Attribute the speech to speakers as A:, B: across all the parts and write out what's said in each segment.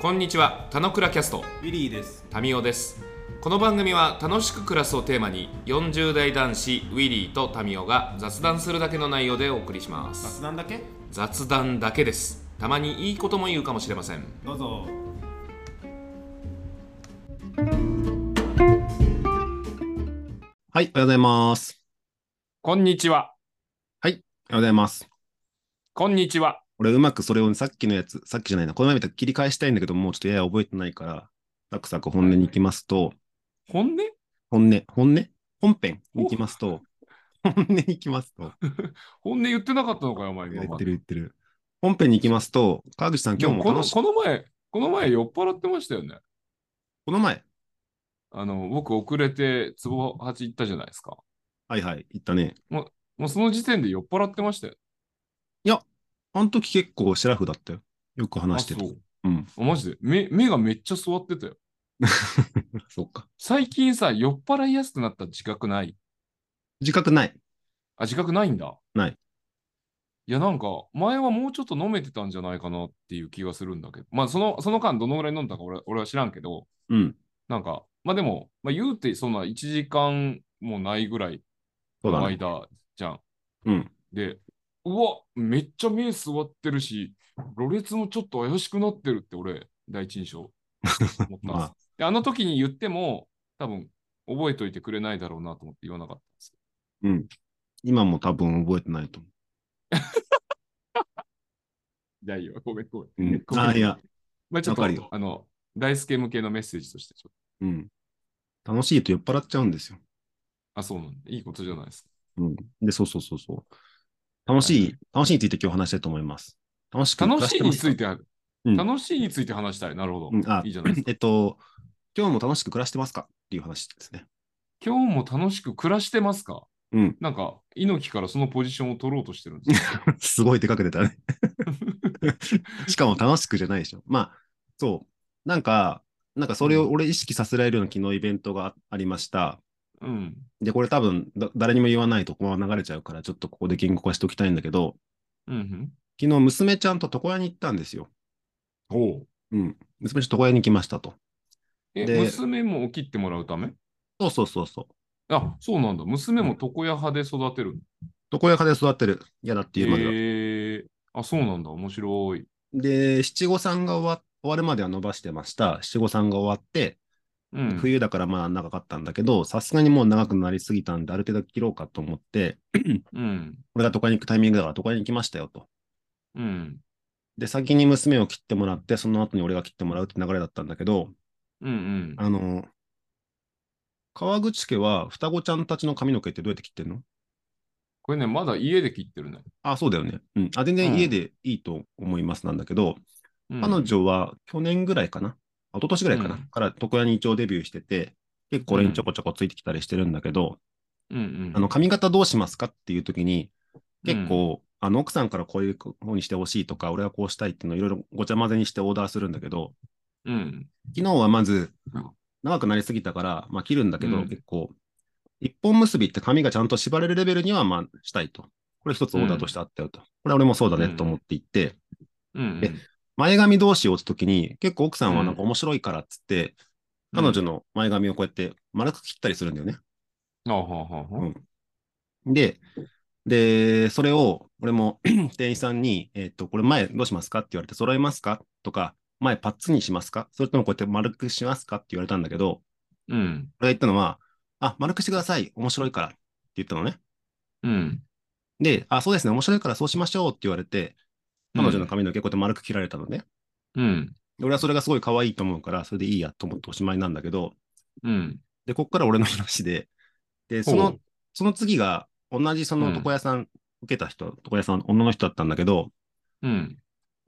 A: こんにちは、たのくらキャスト、
B: ウィリーです。
A: タミオです。この番組は楽しく暮らすをテーマに、40代男子ウィリーとタミオが雑談するだけの内容でお送りします。
B: 雑談だけ
A: 雑談だけです。たまにいいことも言うかもしれません。
B: どうぞ。
C: はい、おはようございます。
A: こんにちは、
C: おはようございます。
A: こんにちは。
C: 俺、うまくそれをさっきのやつ、さっきじゃないな、この前みたいに切り返したいんだけど、もうちょっとやや覚えてないから、サクサク本音に行きますと、
A: 本音
C: 本音、本音本編に行きますと、本音に行きますと、
A: 本音言ってなかったのかよ、お前
C: 言ってる言ってる。本編に行きますと、川口さん、今日も楽しい。この
A: 前、この前酔っ払ってましたよね。
C: 前、
A: あの、僕遅れて壺八行ったじゃないですか。
C: はいはい、行ったね。
A: もうその時点で酔っ払ってましたよ。
C: あの時結構シラフだったよ。よく話してた。
A: そう
C: うん。
A: あマジで目目がめっちゃ座ってたよ。
C: そうか。
A: 最近さ、酔っ払いやすくなった自覚ない
C: 自覚ない。
A: あ、自覚ないんだ。
C: ない。
A: いや、なんか、前はもうちょっと飲めてたんじゃないかなっていう気がするんだけど、まあ、その、その間どのぐらい飲んだか俺俺は知らんけど、
C: うん。
A: なんか、まあでも、まあ、言うて、そんな1時間もないぐらい
C: そう
A: の
C: だね。
A: 間じゃん。
C: うん。
A: で、うわ、めっちゃ目座ってるし、ろれつもちょっと怪しくなってるって俺、第一印象思ったんです
C: まあ
A: であの時に言っても、多分覚えといてくれないだろうなと思って言わなかったんです。
C: うん。今も多分覚えてないと思
A: いやいや、 ごめんご
C: う。
A: めん。
C: う
A: ご
C: ん、
A: めん
C: ああ、いや。
A: まあちょっ
C: わかるよ
A: と、あの、大輔向けのメッセージとしてちょっ
C: うん。楽しいと酔っ払っちゃうんですよ。
A: と、あ、そうなんだ。いいことじゃないですか。
C: うん。で、そうそうそうそう。楽しい、楽しいについて今日話したいと思います。楽しく暮
A: 楽
C: ら
A: してい
C: ま
A: に
C: す
A: ついてある、
C: うん
A: 楽しいについて話したい。なるほど。
C: うんあ
A: いいじゃない ですか。
C: えっと、今日も楽しく暮らしてますかっていう話ですね。
A: 今日も楽しく暮らしてますか
C: うん。
A: なんか、猪木からそのポジションを取ろうとしてるんですよ
C: すごい出かけてたね。しかも楽しくじゃないでしょ。まあ、そう。なんか、なんかそれを俺意識させられるような昨日イベントがあありました。
A: うん。
C: で、これ多分だ誰にも言わないとこのまま流れちゃうから、ちょっとここで言語化しておきたいんだけど、
A: うんうん。
C: 昨日娘ちゃんと床屋に行ったんですよ。
A: おう
C: うん。娘ちゃんと床屋に行きましたと。
A: え、
C: で
A: 娘も切ってもらうため
C: そうそうそうそう。
A: あ、そうなんだ。娘も床屋派で育てる。
C: 床屋家で育ってる。嫌だっていうまでは。
A: へえあ、そうなんだ。面白い。
C: で、七五三が終わ終わるまでは伸ばしてました。七五三が終わって、
A: うん。
C: 冬だからまあ長かったんだけど、さすがにもう長くなりすぎたんで、ある程度切ろうかと思って、
A: うん。
C: 俺が都会に行くタイミングだから都会に行きましたよと。
A: うん。
C: で、先に娘を切ってもらって、その後に俺が切ってもらうって流れだったんだけど、
A: うんうん。
C: あの、川口家は双子ちゃんたちの髪の毛ってどうやって切ってんの
A: これね、まだ家で切ってるね。
C: あ、そうだよね。うん。あ、全
A: う
C: 然
A: ん
C: 家でいいと思いますなんだけど、
A: うん
C: 彼女は去年ぐらいかな、一昨年ぐらいかな、
A: うん
C: から床屋に一応デビューしてて、結構俺にちょこちょこついてきたりしてるんだけど、
A: うんうん。
C: あの髪型どうしますかっていう時に、結構、あの奥さんからこういう風にしてほしいとか、俺はこうしたいっていうのをいろいろごちゃ混ぜにしてオーダーするんだけど、
A: うん、うん。
C: 昨日はまず
A: うん、
C: 長くなりすぎたから、まあ切るんだけど、
A: うん
C: 結構、一本結びって髪がちゃんと縛れるレベルにはまあしたいと。これ一つオーダーとしてあったよと。これは俺もそうだねと思って言って、
A: うんうん。
C: え前髪同士を打つときに、結構奥さんはなんか面白いからっつって、彼女
A: の。
C: の前髪をこうやって丸く切ったりするんだよね。
A: あはははは。
C: で、で、それを俺も 店員さんに、えっ、と、これ前どうしますかって言われて、揃えますかとか、前パッツンにしますかそれともこうやって丸くしますかって言われたんだけど、
A: うん。
C: 俺が言ったのは、あ、丸くしてください。面白いからって言ったのね。
A: うん。
C: で、あ、そうですね。面白いからそうしましょうって言われて、彼女の髪の毛こうやって丸く切られたのね。
A: うん。
C: で俺はそれがすごい可愛いと思うから、それでいいやと思っておしまいなんだけど、
A: うん。
C: で、こっから俺の話で、で、そ
A: ほう
C: の、その次が、同じその
A: うん
C: 床屋さん、受けた人、床屋さん、女の人だったんだけど、
A: うん。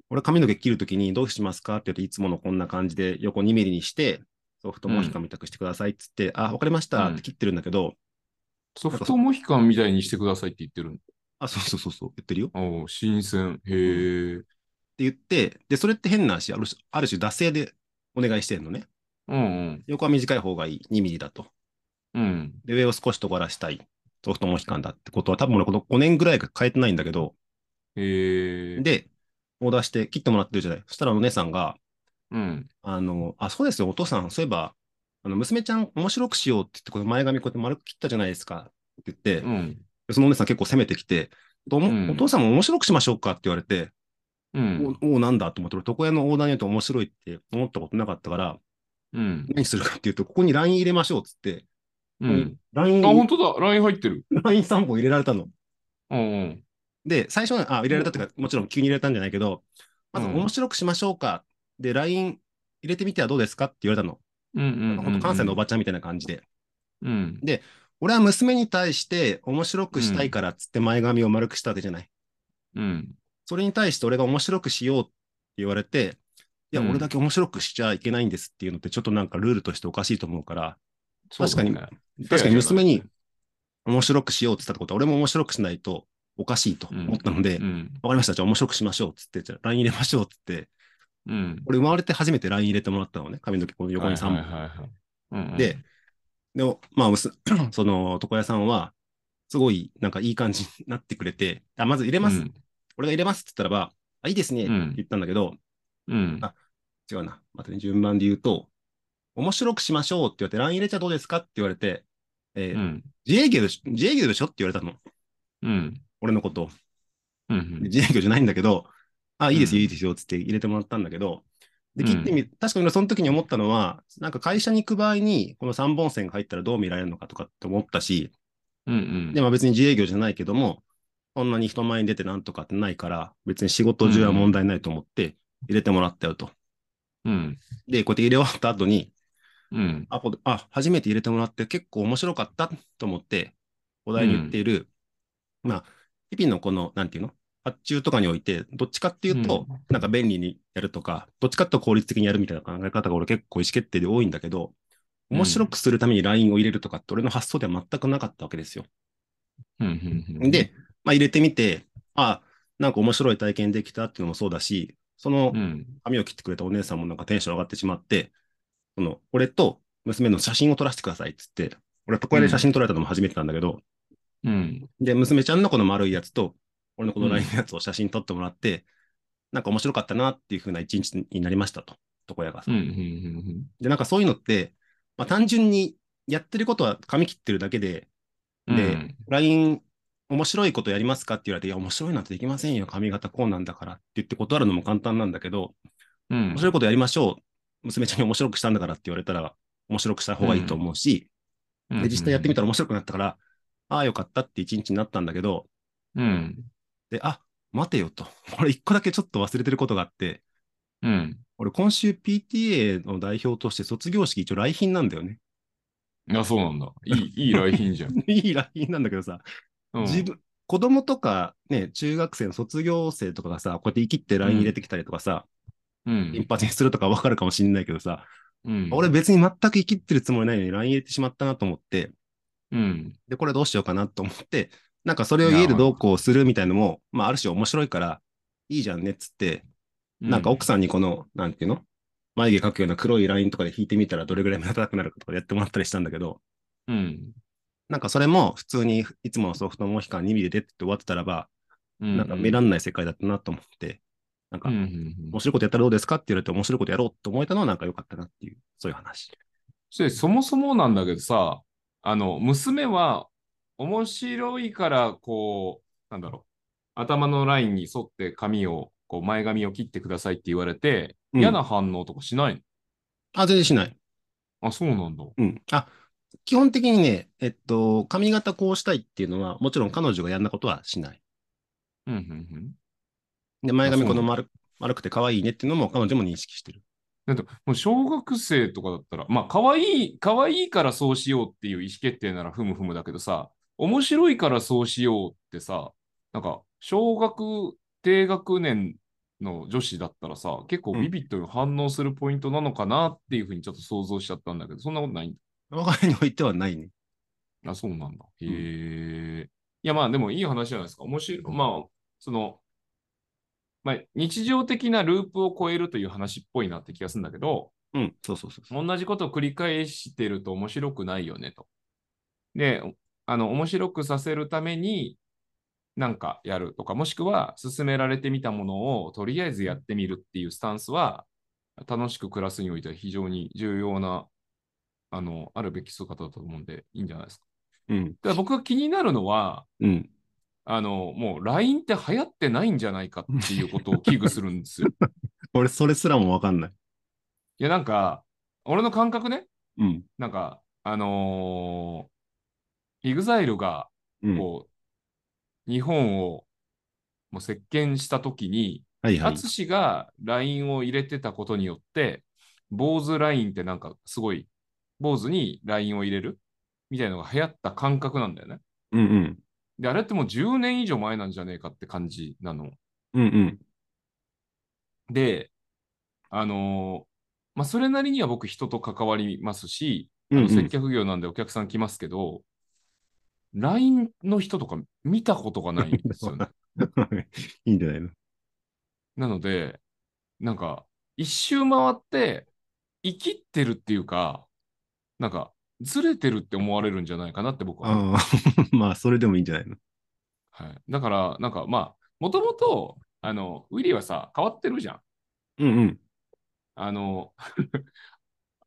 C: 俺髪の毛切るときにどうしますかって言うといつものこんな感じで横2ミリにして、そう、太ももひかみたくしてくださいっつって、あ、わかりましたって切ってるんだけど、
A: ソフトモヒカンみたいにしてくださいって言ってるんだ。
C: あ、そうそうそうそう、言ってるよって
A: おう新鮮。へえ。
C: 言って、で、それって変な話、ある種、ある種惰性でお願いしてんのね。
A: うん
C: 横は短い方がいい、2ミリだと。
A: うん。うん。
C: で、上を少し尖らしたい、そう太ももひかんだってことは、多分俺この5年ぐらいが変えてないんだけど、
A: へえ。
C: で、オーダーして切ってもらってるじゃない。そしたらお姉さんが、
A: うん。
C: あの、あ、そうですよ、お父さん、そういえば、あの、娘ちゃん面白くしようって言って、この前髪こうやって丸く切ったじゃないですかって言って、
A: うん。
C: そのお姉さん結構攻めてきて、お
A: うん
C: お父さんも面白くしましょうかって言われて、
A: うん。
C: おお、なんだと思って、俺、床屋のオーダーによって面白いって思ったことなかったから、
A: うん。
C: 何するかっていうと、ここに LINE 入れましょうっつって、
A: うん。あ、本
C: LINE、
A: 当だ。ライン入ってる。
C: LINE3 本入れられたの。
A: うんうん。
C: で、最初は、あ、入れられたっていうか、もちろん急に入れたんじゃないけど、まず
A: うん
C: 面白くしましょうか。で、LINE 入れてみてはどうですかって言われたの。
A: うんうんうん。
C: 本当関西のおばちゃんみたいな感じで。
A: うん。
C: 俺は娘に対して面白くしたいからっつって前髪を丸くしたわけじゃない。
A: うん。
C: それに対して俺が面白くしようって言われて、いや、
A: うん
C: 俺だけ面白くしちゃいけないんですっていうのってちょっとなんかルールとしておかしいと思うから、確かに
A: そうだね
C: 確かに娘に面白くしようって言ったってことは俺も面白くしないとおかしいと思ったので、
A: うん。
C: わかりました。じゃあ面白くしましょうっつって、じゃあ LINE 入れましょうっつって、
A: うん。
C: 俺生まれて初めて LINE 入れてもらったのね。髪の毛この横に3本。
A: はいはいはいはいうんうん。
C: で、で、まあ、むす その床屋さんは、すごいなんかいい感じになってくれて、あ、まず入れ
A: 出
C: ます。俺が入れますって言ったらば、あ、いいですねっ
A: う
C: て
A: ん
C: 言ったんだけど、
A: うん。
C: あ違うな。またね、順番で言うと、面白くしましょうって言われて、LINE 入れちゃどうですかって言われて、えー
A: うん。
C: 自営業でしょ自営業でしょって言われたの。
A: うん。
C: 俺のこと。
A: うん。
C: 自営業じゃないんだけど、あ、いいです
A: う
C: よ、
A: ん
C: いいですよ、つって入れてもらったんだけど、で、
A: うん
C: 切ってみ、確かに俺その時に思ったのは、なんか会社に行く場合に、この3本線が入ったらどう見られるのかとかって思ったし、
A: うんうん。
C: で、まあ別に自営業じゃないけども、そんなに人前に出てなんとかってないから、別に仕事中は問題ないと思って、入れてもらったよと。
A: うん。
C: で、こうやって入れ終わった後に、
A: うん。
C: あ、こあ初めて入れてもらって結構面白かったと思って、お題に言っている、まあ、日々のこの、なんていうの発注とかにおいて、どっちかっていうと、
A: うん
C: なんか便利にやるとか、どっちかっていうと効率的にやるみたいな考え方が俺結構意思決定で多いんだけど、
A: うん
C: 面白くするために LINE を入れるとかって俺の発想では全くなかったわけですよ。
A: うんうん。
C: で、まあ、入れてみて、あ、なんか面白い体験できたっていうのもそうだし、その
A: うん。
C: 髪を切ってくれたお姉さんもなんかテンション上がってしまって、その俺と娘の写真を撮らせてくださいっつって、俺、床屋で写真撮られたのも初めてなんだけど、
A: うん。
C: で、娘ちゃんのこの丸いやつと、俺のこの LINE のやつを写真撮ってもらって、なんか面白かったなっていう風な一日になりましたと、床屋がさ
A: うん。うんうん
C: で、なんかそういうのって、まあ、単純にやってることは髪切ってるだけで、
A: うん。
C: で
A: うん
C: LINE、面白いことやりますかって言われて、いや、面白いなんてできませんよ、髪型こうなんだからって言って断るのも簡単なんだけど、
A: うん。
C: 面白いことやりましょう。娘ちゃんに面白くしたんだからって言われたら、面白くした方がいいと思うし、で実際やってみたら面白くなったから、ああ、よかったって一日になったんだけど、
A: うん。
C: で、あ、待てよと。 俺一個だけちょっと忘れてることがあって、
A: うん。
C: 俺今週 PTA の代表として卒業式一応来賓なんだよね。
A: いや、そうなんだ。いい、いい来賓じゃん。
C: いい来賓なんだけどさ、
A: うん
C: 自分、子供とかね、中学生の卒業生とかがさ、こうやって生きて LINE 入れてきたりとかさ、
A: う
C: 金
A: ん。
C: 髪にするとかわかるかもしんないけどさ、
A: うん。
C: 俺別に全く生きってるつもりないのに LINE 入れてしまったなと思って、
A: うん。
C: で、これどうしようかなと思って、なんかそれを家でどうこうするみたいのも、まあ、ある種面白いから、いいじゃんねっつって、なんか奥
A: さ
C: さんにこの、なんていうの眉毛描くような黒いラインとかで引いてみたらどれぐらい目立たなくなるかとかやってもらったりしたんだけど、
A: ん。うん。
C: なんかそれも普通にいつものソフトモヒカン2ミリでって終わってたらば、
A: うん
C: なんか目立んない世界だったなと思って、なんか
A: うんう
C: 面
A: んうん。
C: 白いことやったらどうですかって言われて面白いことやろうと思えたのはなんか良かったなっていう、そういう話。
A: そそもそもなんだけどさ、あの、娘は面白いから、こう、なんだろう、頭のラインに沿って髪を、こう前髪を切ってくださいって言われて、
C: うん
A: 嫌な反応とかしないの、
C: あ、全然しない。
A: あ、そうなんだ。
C: うん。あ、基本的にね、えっと、髪型こうしたいっていうのは、もちろん彼女がやんなことはしない。
A: うん、うん、うん。
C: で、前
A: あ
C: 髪
A: そ
C: こ
A: うな
C: の
A: んだ
C: 丸、丸くて可愛いねっていうのも彼女も認識してる。
A: だってもう小学生とかだったら、まあ、可愛い、可愛いからそうしようっていう意思決定ならふむふむだけどさ、面白いからそうしようってさ、なんか、小学、低学年の女子だったらさ、結構ビビッと反応するポイントなのかなっていうふうにちょっと想像しちゃったんだけど、そんなことないん
C: 我が家においてはないね。
A: だ。あ、そうなんだ。へえ、いや、まあ、でもいい話じゃないですか。面白い。まあ、その、まあ、日常的なループを超えるという話っぽいなって気がするんだけど、
C: うん、そうそうそうそう。
A: 同じことを繰り返してると面白くないよねと。で、あの、面白くさせるために、なんかやるとか、もしくは、勧められてみたものをとりあえずやってみるっていうスタンスは、楽しく暮らすにおいては非常に重要な、あの、あるべき姿だと思うんで、いいんじゃないですか。
C: うん。
A: だから僕が気になるのは、
C: うん。
A: あの、もう LINE って流行ってないんじゃないかっていうことを危惧するんです よ。
C: 俺、それすらもわかんない。
A: いや、なんか、俺の感覚ね、
C: うん。
A: なんか、あのー、EXILE が、
C: うん。
A: こう、日本を、もう席巻したときに、
C: はいはい。
A: 淳が LINE を入れてたことによって、坊主 LINE ってなんかすごい、坊主に LINE を入れるみたいなのが流行った感覚なんだよね。
C: うんうん。
A: で、あれってもう10年以上前なんじゃねえかって感じなの。
C: うんうん。
A: で、あのーまあ、それなりには僕人と関わりますし、
C: うんうん
A: 接客業なんでお客さん来ますけど、LINE の人とか見たことがないんです よね。
C: いいんじゃないの
A: なので、なんか、一周回って、生きってるっていうか、なんか、ずれてるって思われるんじゃないかなって僕は思う。
C: ああ、 まあ、それでもいいんじゃないの
A: はい、だから、なんかまあ、もともと、あの、ウィリーはさ、変わってるじゃん。
C: うんうん。
A: あの、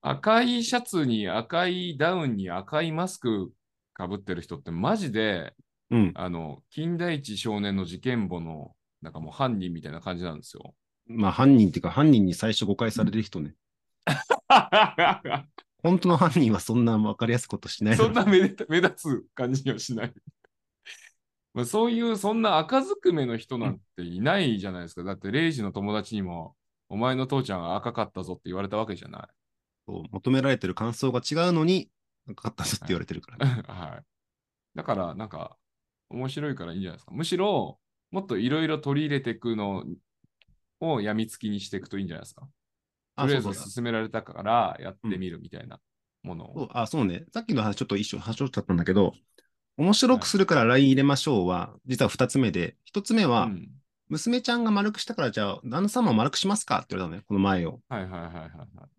A: 赤いシャツに赤いダウンに赤いマスクかぶってる人って、マジで、
C: うん。
A: あの、金田一少年の事件簿の、なんかもう犯人みたいな感じなんですよ。
C: まあ、犯人っていうか、犯人に最初誤解されてる人ね。本当の犯人はそんな分かりやすいことしないだ
A: そ
C: ろ
A: んな目立た目立つ感じにはしない。 まあそういう、そんな赤ずくめの人なんていないじゃないですか。だって、レイジの友達にも、お前の父ちゃんは赤かったぞって言われたわけじゃない。
C: こう求められてる感想が違うのに、分かったぞって言われてるからね。
A: はい。だから、なんか、面白いからいいんじゃないですか。むしろ、もっといろいろ取り入れていくのをやみつきにしていくといいんじゃないですか。と
C: あ、
A: りあ
C: そ
A: え
C: うそ
A: ず
C: うそう
A: 勧められたからやってみるみたいなもの
C: そ
A: を。
C: うあ、そうね。さっきの話、ちょっと一緒、端折っちゃったんだけど、面白くするから LINE 入れましょうは、実は二つ目で、一つ目
A: う
C: は、
A: ん、
C: 娘ちゃんが丸くしたから、じゃあ、旦那様は丸くしますかって言われたのね、この前を。
A: はいはいはいはいはい。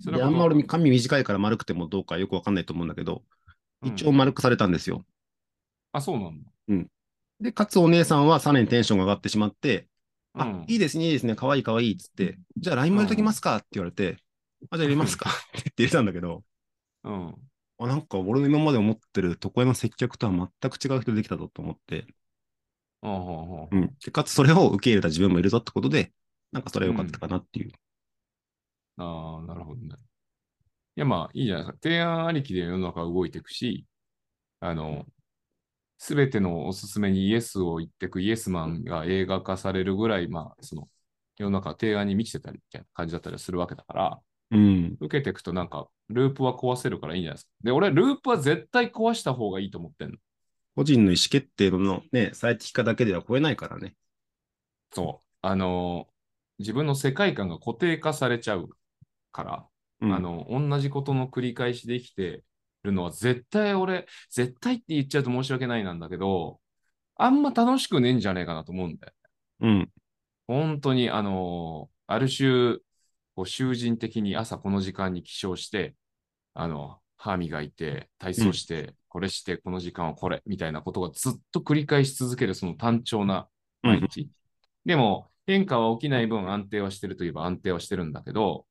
A: それ
C: で、
A: は
C: あんま
A: 断っ
C: 俺、髪短いから丸くてもどうかよくわかんないと思うんだけど、
A: うん
C: 一応丸くされたんですよ。
A: あ、そうなんだ。
C: で、かつお姉さんはさらにテンションが上がってしまって、
A: う
C: あ
A: ん、
C: いいですね、いいですね、かわいいかわいいっつって、じゃあ LINE も入れときますかって言われて、あ、じゃあ入れますかって言ってたんだけど、
A: うん。
C: あ、なんか俺の今まで思ってる床屋の接客とは全く違う人できたぞと思って、
A: うんうんうん
C: うん。でかつそれを受け入れた自分もいるぞってことで、なんかそれは良かったかなっていう。
A: ああ、なるほどね。いや、まあ、いいじゃないですか。提案ありきで世の中は動いていくし、あの、すべてのおすすめにイエスを言ってくイエスマンが映画化されるぐらい、まあ、その、世の中は提案に満ちてたりみたいな感じだったりするわけだから、
C: うん。
A: 受けていくとなんか、ループは壊せるからいいんじゃないですか。で、俺、ループは絶対壊した方がいいと思ってんの。
C: 個人の意思決定のね、最適化だけでは超えないからね。
A: そう。あの、自分の世界観が固定化されちゃうから。
C: うん
A: あ、の、同じことの繰り返しできてるのは絶対俺、絶対って言っちゃうと申し訳ないなんだけど、あんま楽しくねえんじゃねえかなと思うんだよ。
C: うん。
A: 本当に、あのーある種、こう囚人的に朝この時間に起床して、あの、歯磨いて、体操して、これして、この時間はこれ、みたいなことがずっと繰り返し続ける、その単調な毎日。でも、変化は起きない分安定はしてるといえば安定はしてるんだけど、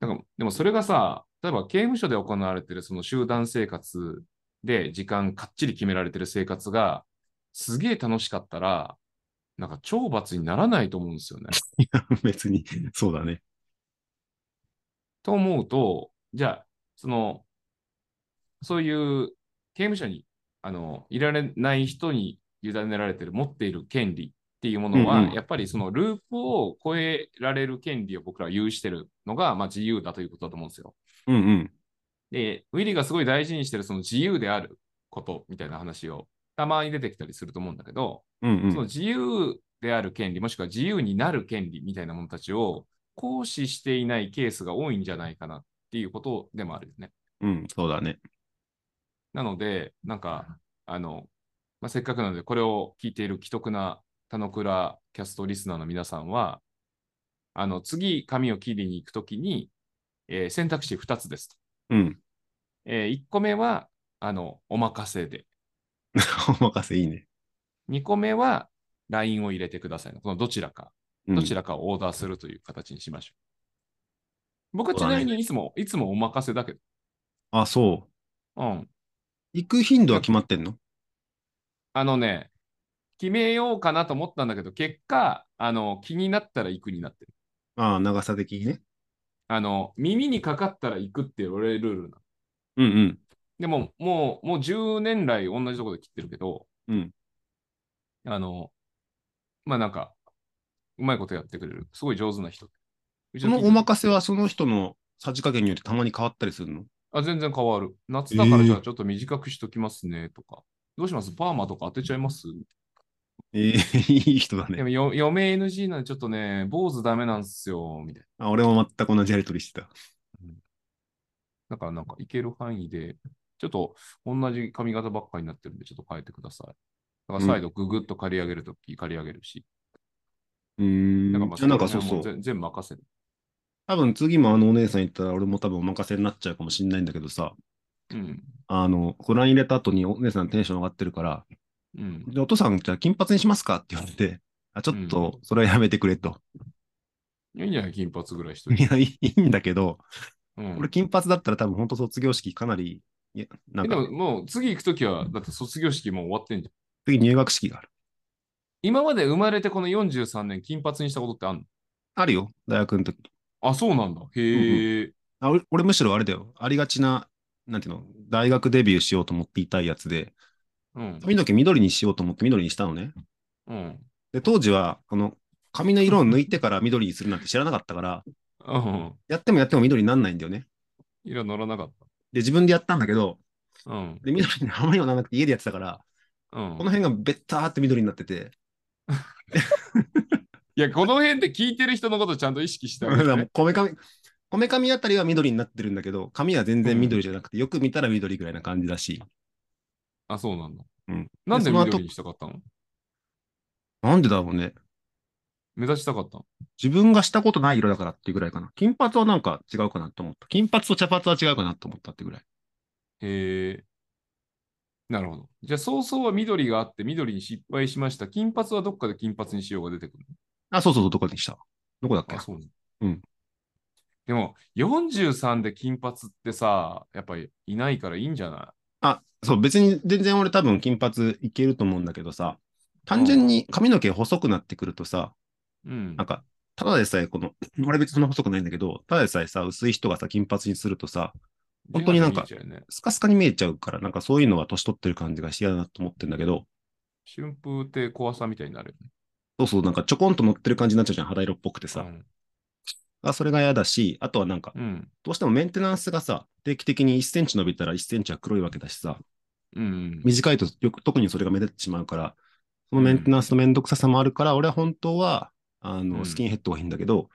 A: なんかでもそれがさ、例えば刑務所で行われてるその集団生活で時間かっちり決められてる生活がすげえ楽しかったら、なんか懲罰にならないと思うんですよね。
C: いや、別に、そうだね。
A: と思うと、じゃあ、その、そういう刑務所にあのいられない人に委ねられてる、持っている権利っていうものは、
C: うんうん
A: やっぱりそのループを超えられる権利を僕らは有してるのが、まあ、自由だということだと思うんですよ。
C: うんうん。
A: で、ウィリーがすごい大事にしてるその自由であることみたいな話をたまに出てきたりすると思うんだけど、
C: うんうん。
A: その自由である権利、もしくは自由になる権利みたいなものたちを行使していないケースが多いんじゃないかなっていうことでもあるよね。
C: うん、そうだね。
A: なので、なんか、あの、まあ、せっかくなので、これを聞いている既得な田野倉キャストリスナーの皆さんは、あの、次、髪を切りに行くときに、えー選択肢2つですと。
C: うん。
A: え1個目は、あの、お任せで。
C: お任せいいね。
A: 2個目は、LINE を入れてくださいの。このどちらか、
C: うん
A: どちらかをオーダーするという形にしましょう。僕はち
C: そうだ
A: な
C: ね
A: みにいつも、いつもお任せだけど。
C: あ、そう。
A: うん。
C: 行く頻度は決まってんの
A: あのね、決めようかなと思ったんだけど、結果、あの、気になったら行くになってる。
C: ああ、長さ的にね。
A: あの、耳にかかったら行くっていう俺ルールなの。
C: うんうん。
A: でも、もう、もう10年来同じとこで切ってるけど、
C: うん。
A: あの、まあなんか、うまいことやってくれる。すごい上手な人。うち
C: そ
A: の
C: の
A: 近所
C: お任せはその人のさじ加減によってたまに変わったりするの
A: あ、全然変わる。夏だから
C: えー
A: じゃあちょっと短くしときますねとか。どうしますパーマとか当てちゃいます
C: ええいい人だ
A: で
C: ね。
A: もよ嫁 NG なんでちょっとね、坊主ダメなんすよ、みたい
C: あ俺も全く同じやりとりしてた。
A: な。だからなんかいける範囲で、ちょっと同じ髪型ばっかりになってるんでちょっと変えてください。だから再度ググッと刈り上げるとき刈り上げるし。
C: うーん。
A: だ
C: な
A: から
C: ん
A: まあ
C: かなんか
A: こ
C: そ
A: ら
C: うそ
A: 辺はも
C: う。
A: 全全部任せる。
C: 多分次もあのお姉さん行ったら俺も多分お任せになっちゃうかもしんないんだけどさ、
A: うん。
C: あの、ご覧入れた後にお姉さんテンション上がってるから、
A: うん。
C: でお父さんじゃあ金髪にしますかって言われて、あ、ちょっとそれはやめてくれと。
A: いいんじゃない金髪ぐらいしとい
C: い
A: て。
C: や、いいんだけど、
A: うん
C: 俺金髪だったら多分本当卒業式かなり、いやな
A: え
C: ん
A: で
C: か
A: ももう次行くときは、だって卒業式もう終わってんじゃん。
C: 次入学式がある。
A: 今まで生まれてこの43年金髪にしたことってあんの
C: あるよ、大学の時。
A: あ、そうなんだ。へえ。
C: あ俺俺むしろあれだよ、ありがちな、なんていうの、大学デビューしようと思っていたいやつで、
A: うん。
C: 髪の毛緑にしようと思って緑にしたのね。
A: うん。
C: で、当時は、この髪の色を抜いてから緑にするなんて知らなかったから、
A: うん。
C: やってもやっても緑になんないんだよね。
A: 色乗らなかっ
C: で、自分でやったんだけど、
A: た。うん。
C: で緑にあまりはならなくて家でやってたから、
A: う
C: こ
A: ん
C: の。辺がべったーって緑になってて、
A: いや、この辺で聞いてる人のことちゃんと意識してあ
C: だ
A: げ
C: からも
A: て
C: う。こめかみ、こめかみあたりは緑になってるんだけど、髪は全然緑じゃなくて、よく見たら緑ぐらいな感じだし。
A: あ、そうなんだ。
C: うん
A: なんで
C: その後
A: 緑にしたかったの
C: なんでだろうね。
A: 目立ちたかったの
C: 自分がしたことない色だからっていうぐらいかな。金髪はなんか違うかなと思った。金髪と茶髪は違うかなと思ったってぐらい。
A: へえ。なるほど。じゃあ、早々は緑があって、緑に失敗しました。金髪はどっかで金髪にしようが出てくる。
C: あ、そうそうそう、どこでしたどこだっけ
A: あ、そうね。
C: うん。
A: でも、43で金髪ってさ、やっぱりいないからいいんじゃな
C: あ、そう、別に全然俺多分金髪いけると思うんだけどさ、単純に髪の毛細くなってくるとさ、
A: いうん
C: なん。か、ただでさえこの、 俺別にそんな細くないんだけど、ただでさえさ、薄い人がさ、金髪にするとさ、本当になんか
A: ジェラミーちゃんね
C: スカスカに見えちゃうから、なんかそういうのは年取ってる感じが嫌だなと思ってんだけど、
A: 春風亭怖さみたいになるよね。
C: そうそう、なんかちょこんと乗ってる感じになっちゃうじゃん、肌色っぽくて
A: う
C: さ。
A: ん。
C: あ、それが嫌だし、あとはなんか、
A: うん。
C: どうしてもメンテナンスがさ、定期的に1センチ伸びたら1センチは黒いわけだしさ、
A: うん。
C: 短いとよく特にそれが目立ってしまうから、そのメンテナンスのめんどくささもあるから、俺は本当は、あ
A: うん
C: の、スキンヘッドがいいんだけど、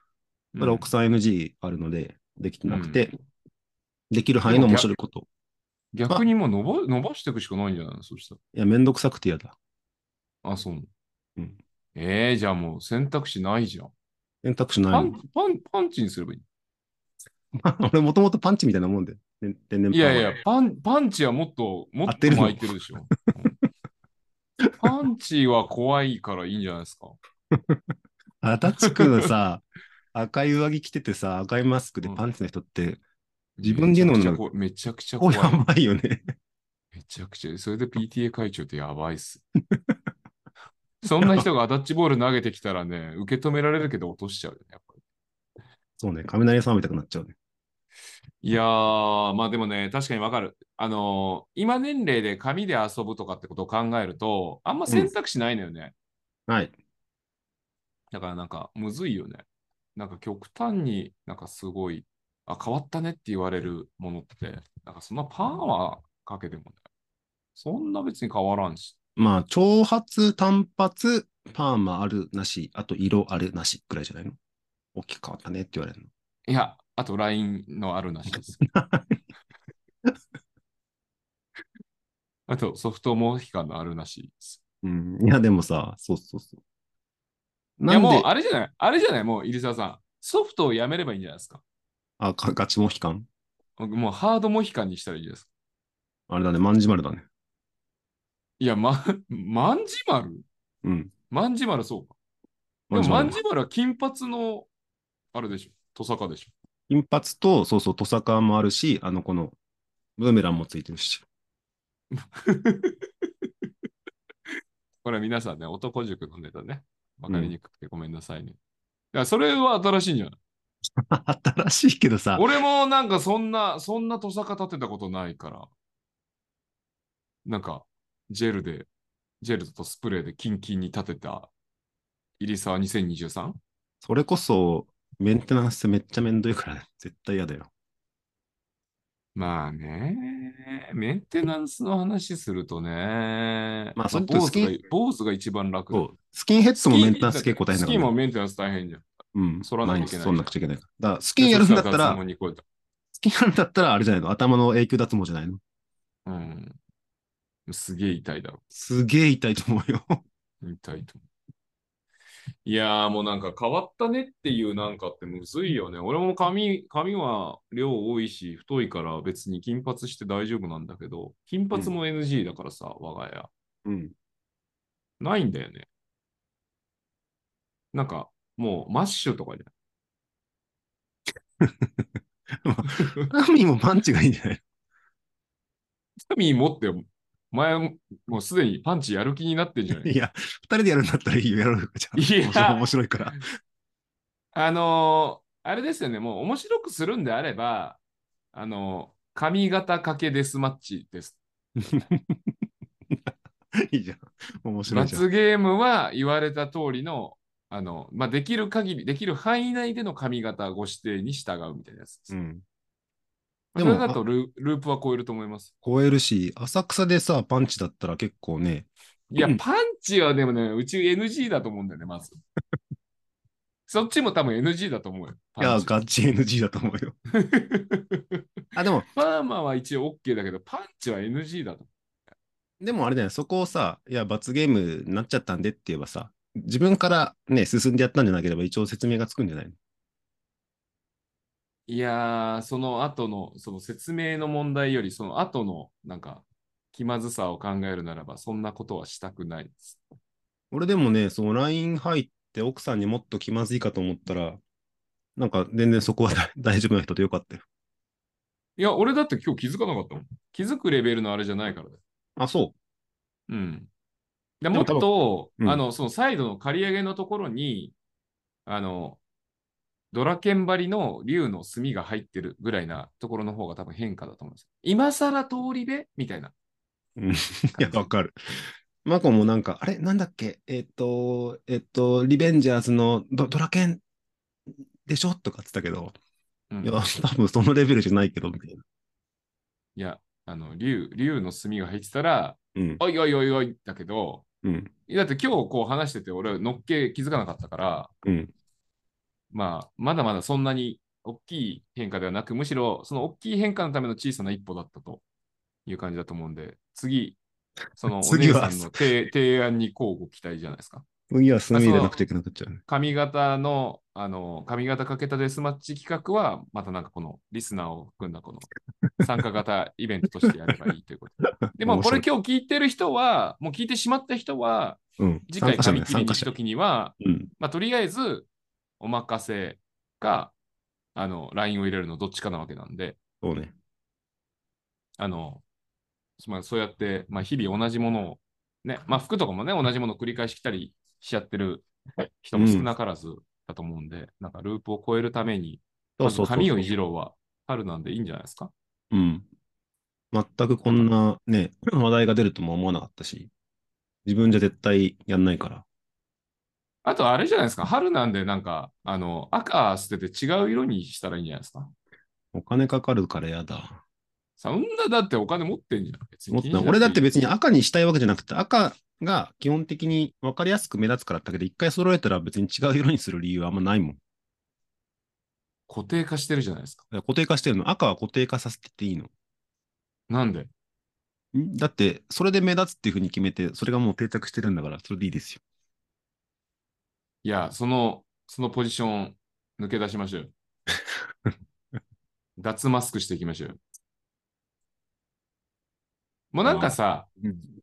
A: う
C: それは奥さん NG あるので、できてなくて、できる範囲
A: で
C: の
A: も
C: 面白いこと。
A: 逆にもう伸ば伸ばしていくしかないんじゃないのそした
C: いや、めんどくさくて嫌だ。
A: ら。あ、そう。
C: うん
A: ええじゃあもう選択肢ないじゃん。
C: 選択肢な
A: パ
C: いもん
A: ンパンパンチにすればいい。
C: 俺もともとパンチみたいなもんで、ね天然パ
A: い
C: ンは
A: やいや、パン、パンチはもっと、もっ
C: 当て
A: と
C: るの
A: 巻いてるでしょ。うんパンチは怖いからいいんじゃないですか。
C: 足立区のさ、 赤い上着着ててさ、赤いマスクで
A: うん
C: パンツの人って、自分で言うのもなんか
A: めちゃくちゃ
C: お
A: 怖い。
C: やばいよね。
A: めちゃくちゃ。それで PTA 会長ってやばいっす。そんな人がアタッチボール投げてきたらね、受け止められるけど落としちゃうよね、やっぱり。
C: そうね、雷さんみたくなっちゃうね。
A: いやー、まあでもね、確かにわかる。あのー今年齢で紙で遊ぶとかってことを考えると、あんま選択肢ないのよね。
C: はい。
A: だからなんか、むずいよね。なんか極端になんかすごい、あ、変わったねって言われるものって、なんかそんなパーマかけてもね、そんな別に変わらんし。
C: まあ、長髪、短髪、パーマあるなし、あと色あるなしくらいじゃないの大きく変わったねって言われるの。
A: いや、あと LINE のあるなしです。あとソフトモヒカンのあるなしです。
C: うん。いや、でもさ、そうそうそう。
A: い
C: な
A: や
C: ん
A: もう
C: で、
A: あれじゃないあれじゃないもう入澤さん。ソフトをやめればいいんじゃないですか。
C: あ、かガチモヒカン
A: もうハードモヒカンにしたらいいじゃないですか。
C: あれだね、まんじまるだね。
A: いや、ま、まんじ丸
C: うん。
A: まんじ丸そうか。でもまんじ丸は金髪の、あれでしょ。トサカでしょ。
C: 金髪と、そうそう、トサカもあるし、あの、この、ブーメランもついてるし。
A: これは皆さんね、男塾のネタね。わかりにくくてごめんなさいね。いや、それは新しいんじゃない
C: 新しいけどさ、
A: 俺もなんかそんな、そんなトサカ立てたことないから。なんか、ジェルで、ジェルとスプレーでキンキンに立てた、入沢 2023?
C: それこそ、メンテナンスめっちゃめんどいから、絶対嫌だよ。
A: まあね、メンテナンスの話するとね、
C: まあそれと
A: 坊
C: スキ
A: 主
C: ン
A: が、坊主が一番楽だ
C: そうスキンヘッドもメンテナンス結構大変だ
A: ス
C: か
A: キー
C: ら、
A: も
C: ね。
A: メンテナンス大変じゃん。
C: うん。
A: 剃らなきゃいけない
C: 毎日剃んなくちゃいけないから。だから、スキンやるんだった
A: そした
C: ら
A: 脱毛、に超えた
C: スキンやるんだったら、あれじゃないの頭の永久脱毛じゃないの
A: うん。すげえ痛いだろ
C: すげえ痛いと思うよ。
A: 見たいと思う。いやーもうなんか変わったねっていうなんかってむずいよね。俺も髪、髪は量多いし太いから別に金髪して大丈夫なんだけど、金髪も NG だからさ、我が家。
C: うん。
A: ないんだよね。なんかもうマッシュとかじゃん。
C: ナミもパンチがいいんじゃない
A: 髪持って、前もうすでにパンチやる気になってんじゃない
C: いや、二人でやるんだったらいいよ、やろうよ。じゃあ
A: いや
C: 面白い面白いから。
A: あのーあれですよね、もう面白くするんであれば、あのー髪型かけデスマッチです。
C: いいじゃん。面白いじゃん。
A: 罰ゲームは言われた通りの、あの、まあ、できる限り、できる範囲内での髪型ご指定に従うみたいなやつです。
C: うん。
A: まあ
C: でも
A: それだとルループは超えると思います。
C: 超えるし、浅草でさ、パンチだったら結構ね、
A: いや、パンチはでもね、うち NG だと思うんだよね、まず。 そっちも多分 NG だと思うよ。
C: いや
A: パ、ンチ
C: ガチ NG だと思 うよ。あ、でも、
A: パーマは一応 OK だけど、パンチは NG だと思う
C: でもあれだよ、そこをさ、いや、罰ゲームになっちゃったんでって言えばさ、自分からね、進んでやったんじゃなければ一応説明がつくんじゃないの
A: いやー、その後の、その説明の問題より、その後の、なんか、気まずさを考えるならば、そんなことはしたくないです。
C: 俺でもね、その LINE 入って奥さんにもっと気まずいかと思ったら、なんか全然そこは 大丈夫な人でよかったよ。
A: いや、俺だって今日気づかなかったもん。気づくレベルのあれじゃないからだよ。
C: あ、そ
A: うん。で
C: も
A: もっと、
C: 分うん
A: あの、そのサイドの刈り上げのところに、あの、ドラケン張りの竜の墨が入ってるぐらいなところの方が多分変化だと思うんですよ。今更通りでみたいな。
C: う。うんいや、わかる。マコもなんか、あれなんだっけえっ、と、えっ、と、リベンジャーズのドドラケンでしょとかって言ったけど、
A: うん
C: いや、多分そのレベルじゃないけど、みたいな。
A: いや、あの、竜、竜の墨が入ってたら、
C: うん。
A: おいおいおいおいだけど、
C: うん。
A: だって今日こう話してて、俺、のっけ気づかなかったから、
C: うん。
A: まあ、まだまだそんなに大きい変化ではなく、むしろその大きい変化のための小さな一歩だったという感じだと思うんで、次、そのお
C: 次
A: 姉
C: は
A: さんの提提案に交互期待じゃないですか。
C: 次は炭でなくちゃいけなくなっちゃうね。
A: 髪型の、あの、髪型かけたデスマッチ企画は、またなんかこのリスナーを含んだこの参加型イベントとしてやればいいということで。 でも
C: 面
A: こ
C: 白
A: れ
C: い
A: 今日聞いてる人は、もう聞いてしまった人は、
C: うん、
A: 次回
C: 参加者
A: 紙
C: ね、
A: 切り
C: 参
A: に行
C: 加
A: く
C: 者
A: と。きには、
C: うん。
A: まあ、とりあえず、お任せか、あの、LINE を入れるのどっちかなわけなんで、
C: そうね。
A: あの、まあ、そうやって、まあ、日々同じものを、ね、まあ、服とかもね、同じものを繰り返し着たりしちゃってる人も少なからずだと思うんで、なんかループを超えるために、
C: そうそうそう
A: まず髪をいじろうは春なんでいいんじゃないですか
C: うん。全くこんなね、 話題が出るとも思わなかったし、自分じゃ絶対やんないから。
A: あと、あれじゃないですか春なんで、なんか、あの、赤捨てて違う色にしたらいいんじゃないですか
C: お金かかるからやだ。
A: さあ、女だってお金持ってんじゃん。別
C: もっ
A: 気
C: と
A: にしなくていい
C: 俺だって別に赤にしたいわけじゃなくて、赤が基本的に分かりやすく目立つからだけど、一回揃えたら別に違う色にする理由はあんまないもん。
A: 固定化してるじゃないですか。
C: だから固定化してるの。赤は固定化させてていいの。
A: なんで
C: んだって、それで目立つっていうふうに決めて、それがもう定着してるんだから、それでいいですよ。
A: いや、その、そのポジション抜け出しましょうよ。 脱マスクしていきましょうよ。もうなんかさ、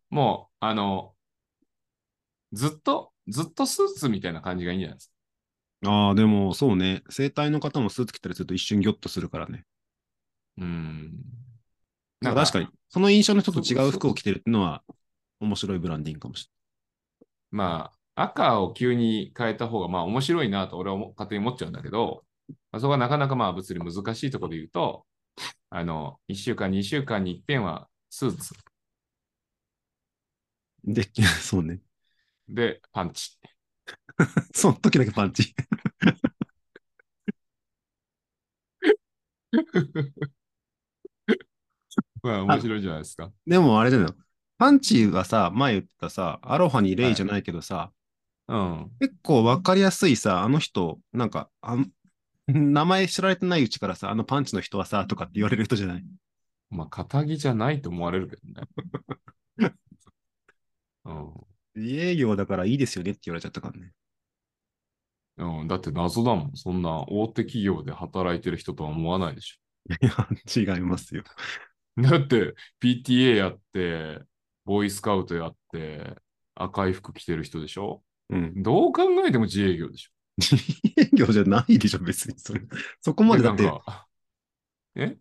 A: もう、あの、ずっと、ずっとスーツみたいな感じがいいんじゃないですか。
C: ああ、でもそうね。生体の方もスーツ着たりすると一瞬ギョッとするからね。
A: うん。
C: なんか確かに。、その印象の人と違う服を着てるっていうのは、面白いブランディングかもし
A: まあ、赤を急に変えた方が、まあ、面白いなと俺は思勝手に思っちゃうんだけど、まあ、そこはなかなかまあ、物理難しいところで言うと、あの、1週間、2週間に一遍はスーツ
C: れない。で、 そうね。
A: でパンチ。
C: その時だけパンチ。
A: まあ、面白いじゃないですか。
C: でもあれだよ。パンチはさ、前言ったさ、アロハにレイじゃないけどさ、
A: うん。
C: 結構わかりやすいさ、あの人、なんか、あん 名前知られてないうちからさ、あのパンチの人はさ、とかって言われる人じゃない。
A: まあ、肩着じゃないと思われるけどね。
C: 自営業だからいいですよねって言われちゃったからね。
A: うん。うん、だって謎だもん。そんな大手企業で働いてる人とは思わないでしょ。
C: い や、違いますよ。
A: だって、PTA やって、ボーイスカウトやって、赤い服着てる人でしょ
C: うん。
A: どう考えても自営業でしょ。
C: 自営業じゃないでしょ、別にそれ。そこまでだっ
A: で
C: て
A: な、んか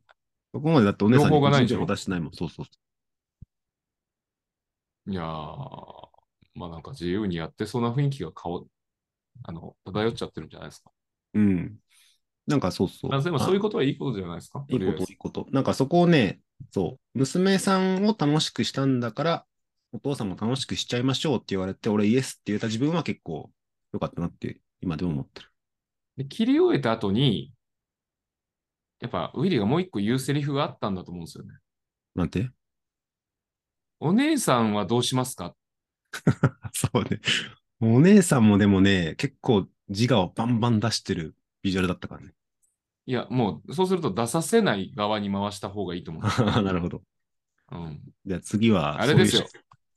C: そこまでだってお姉さん
A: 情
C: に
A: 報がないでしょ
C: 情報出してないもん。そうそうそ
A: いやー、まあなんか自由にやってそうな雰囲気が顔、あの、漂っちゃってるんじゃないですか。
C: う。うん。なんかそうそう。
A: まあでもそういうことはいいことじゃないですか。
C: いいこと、い
A: とり
C: いこと。なんかそこをね、そう、娘さんを楽しくしたんだから、お父さんも楽しくしちゃいましょうって言われて、俺イエスって言えた自分は結構良かったなって、今でも思ってる。
A: あえずで切り終えた後に、やっぱウィリーがもう一個言うセリフがあったんだと思うんですよね。
C: なんて
A: お姉さんはどうしますか
C: そうね。お姉さんもでもね、結構自我をバンバン出してるビジュアルだったからね。
A: いや、もうそうすると出させない側に回した方がいい と思
C: あなるほど。
A: う。うん、
C: じゃあ次は、
A: あれですよ。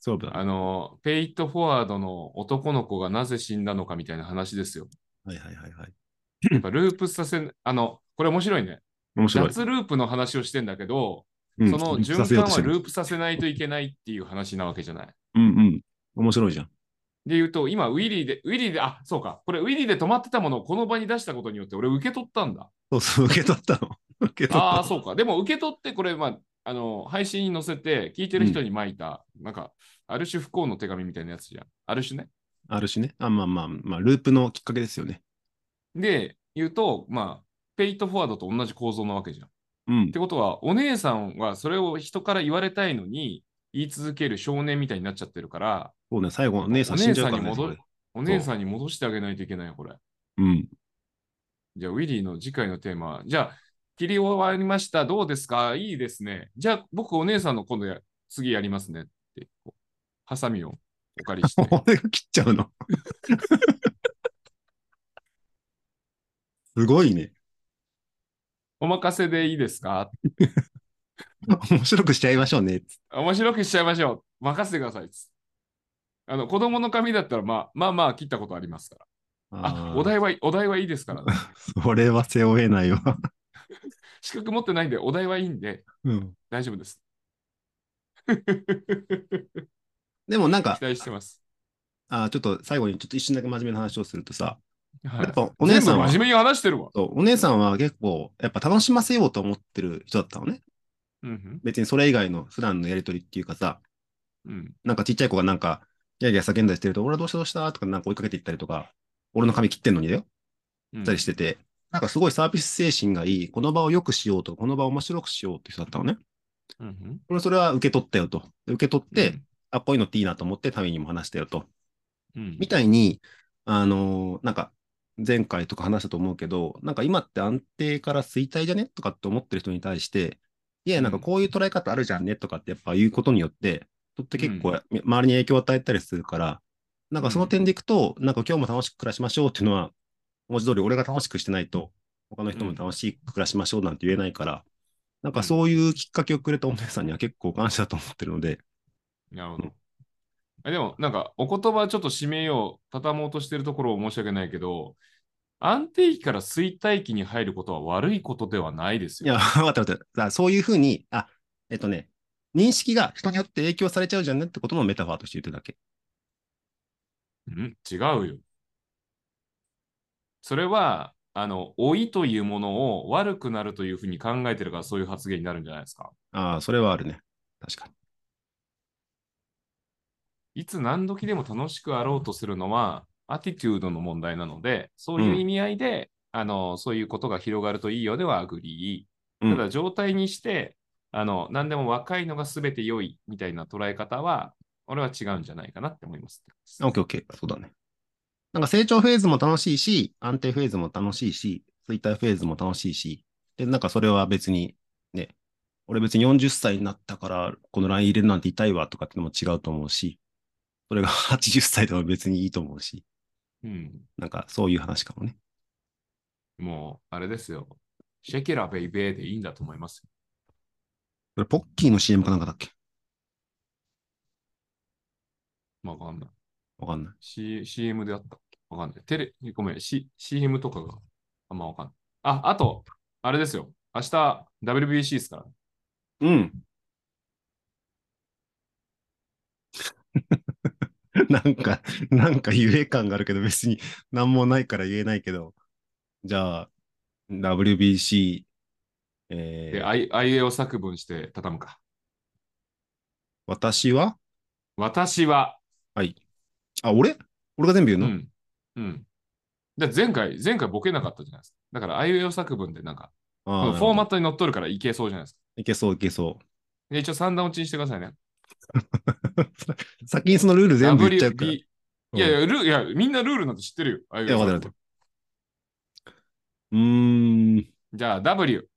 C: そういう勝負だ。
A: あの、ペイトフォワードの男の子がなぜ死んだのかみたいな話ですよ。
C: はいはいはいはい。
A: やっぱループさせん、あの、これ面白いね。
C: 面白い。
A: 夏ループの話をしてんだけど、
C: うん
A: その循
C: させよ
A: 環
C: うと
A: は
C: してる
A: ループさせないといけないっていう話なわけじゃない。
C: うんうん。面白いじゃん。
A: で言うと、今、ウィリーで、ウィリーで、あ、そうか、これ、ウィリーで止まってたものをこの場に出したことによって、俺、受け取ったんだ。
C: そうそう、受け取ったの。受け取った。
A: ああ、そうか。でも、受け取って、これ、まあ、あの、配信に載せて、聞いてる人に巻いた、なんか、ある種不幸の手紙みたいなやつじゃん。ある種ね。
C: あるしね。あ、まあまあ、まあ、ループのきっかけですよね。
A: で、言うと、まあ、ペイトフォワードと同じ構造なわけじゃん。
C: うん
A: って。ことは、お姉さんはそれを人から言われたいのに、言い続ける少年みたいになっちゃってるから、
C: そうね、最後、姉さん
A: お
C: 死ん
A: 姉
C: じ
A: さ
C: ゃうんか
A: に
C: らね。
A: 戻る
C: それ
A: お姉さんに戻してあげないといけないよ、これ。
C: うん。
A: じゃあ、ウィリーの次回のテーマは、じゃあ、切り終わりました、どうですかいいですね。じゃあ、僕、お姉さんの今度や、次やりますねって、こうハサミをお借り して。
C: 俺が切っちゃうの。 すごいね。
A: お任せでいいですか
C: 面白くしちゃいましょうね。
A: 面白くしちゃいましょう。任せてください。あの子供の髪だったら、まあ、まあまあ切ったことありますから。あ
C: ー
A: お題は、お題はいいですから、ね。
C: それは背負えないわ。
A: 資格持ってないんで、お題はいいんで、
C: うん。
A: 大丈夫 です。
C: でもなんか
A: 期、待してます。
C: あーちょっと最後にちょっと一瞬だけ真面目な話をするとさ、
A: は
C: や
A: い
C: っ、ぱお姉さん
A: 全部
C: は、
A: 真面目に話してるわ。
C: そうお姉さんは結構、やっぱ楽しませようと思ってる人だったのね。
A: うん
C: 別にそれ以外の普段のやりとりっていうかさ、
A: うんうん
C: なんかちっちゃい子がなんか、ギャーギャー叫んだりしてると、俺はどうしたどうしたとかなんか追いかけていったりとか、俺の髪切ってんのにだよ。
A: うん
C: ったりしてて、なんかすごいサービス精神がいい、この場を良くしようとか、この場を面白くしようって人だったのね。
A: うんうん
C: これそれは受け取ったよと。で受け取って、
A: うん
C: あ、こういうのっていいなと思って、民にも話したよと。
A: うん
C: みたいに、あのーなんか、前回とか話したと思うけど、なんか今って安定から衰退じゃねとかって思ってる人に対して、いや、なんかこういう捉え方あるじゃんねとかってやっぱ言うことによって、人って結構
A: う
C: 周りに影響を与えたりするから、なんかその点でいくと、なんか今日も楽しく暮らしましょうっていうのは、文字通り俺が楽しくしてないと、他の人も楽しく暮らしましょうなんて言えないから、なんかそういうきっかけをくれたお姉さんには結構感謝だと思ってるので、
A: なるほど。あでも、なんか、お言葉ちょっと締めよう、畳もうとしてるところを申し訳ないけど、安定期から衰退期に入ることは悪いことではないです
C: い
A: よ。
C: や、わかったわかった。だからそういうふうに、あ、えっとね、認識が人によって影響されちゃうじゃんねってこともメタファーとして言ってるだけ。
A: うん、違うよ。それは、あの、老いというものを悪くなるというふうに考えてるから、そういう発言になるんじゃないですか。
C: ああ、それはあるね。確かに。
A: いつ何時でも楽しくあろうとするのは、アティテュードの問題なので、そういう意味合いで、あの、そういうことが広がるといいよではアグリ
C: う
A: ー。
C: ん
A: ただ、状態にして、あの、何でも若いのが全て良いみたいな捉え方は、俺は違うんじゃないかなって思います。
C: オッケーオッケー。そうだね。なんか成長フェーズも楽しいし、安定フェーズも楽しいし、衰退フェーズも楽しいし、で、なんかそれは別に、ね、俺別に40歳になったから、この LINE 入れるなんて痛いわとかってのも違うと思うし、それが 80歳でも別にいいと思うし、
A: うん。
C: なんかそういう話かもね。
A: もう、あれですよ。シェキラベイベーでいいんだと思いますよ。
C: これポッキーの CM かなんかだっけ
A: まあ、わかんない。
C: わかんない。
A: C、CM であったっけわかんない。テレ、ごめん、C、CM とかがあんまわかんない。あ、あと、あれですよ。明日、WBC ですから。
C: うん。 なんか、なんか優越感があるけど、別に何もないから言えないけど、じゃあ、WBC、え
A: で、
C: ー
A: あい、あいうえを作文して畳むか。
C: 私は
A: 私は、
C: あ、俺俺が全部言う
A: う
C: の、
A: ん、うん。で前回、前回ボケなかったじゃないですか。だから、あいうえを作文でなんか、
C: あ
A: こ
C: ー
A: のフォーマッ
C: なるほ
A: トにのっとるからいけそうじゃないですか。
C: どいけそう、いけそ
A: で、一応三段落ちにしてくださいね。
C: う。 先にそのルール全部言っちゃうから。
A: WB いやいや、ルール、いや、みんなルールなんて知ってるよ。あいうえお
C: いや
A: 作
C: わか
A: 文。
C: うんうーん。
A: じゃあ、W。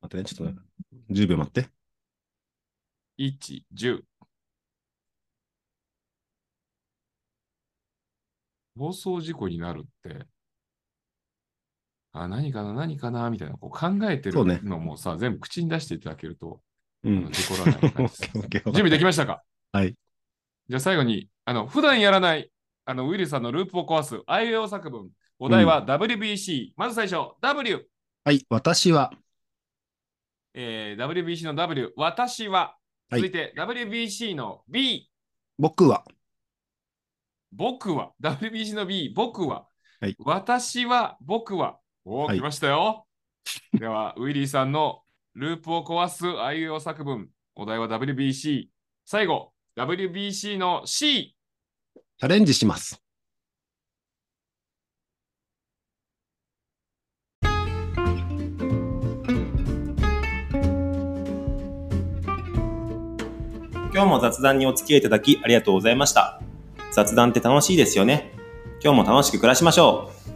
C: 待ってね、ちょっとね。10秒待って。
A: 1、10。放送事故になるって、あ、何かな、何かな、みたいな、こう考えて
C: そうね
A: るのもさ、全部口に出していただけると、
C: う
A: あの
C: ん。
A: 事故らない感じ です
C: オッケーオッケー
A: 準備できましたか
C: はい。
A: じゃあ最後に、あの、普段やらない、あの、ウィルさんのループを壊す、あいうえお作文。お題は WBC。まず最初、W。
C: はい、私は、
A: えー WBC の W。私は。
C: はい
A: 続いて、WBC の B。
C: 僕は、
A: 僕は、WBC の B、僕は、
C: はい
A: 私は、僕は、おお、
C: はい
A: 来ましたよ。では、ウィリーさんのループを壊すあいうえお作文、お題は WBC。最後、WBC の C、
C: チャレンジします。
B: 今日も雑談にお付き合いいただきありがとうございました。雑談って楽しいですよね。今日も楽しく暮らしましょう。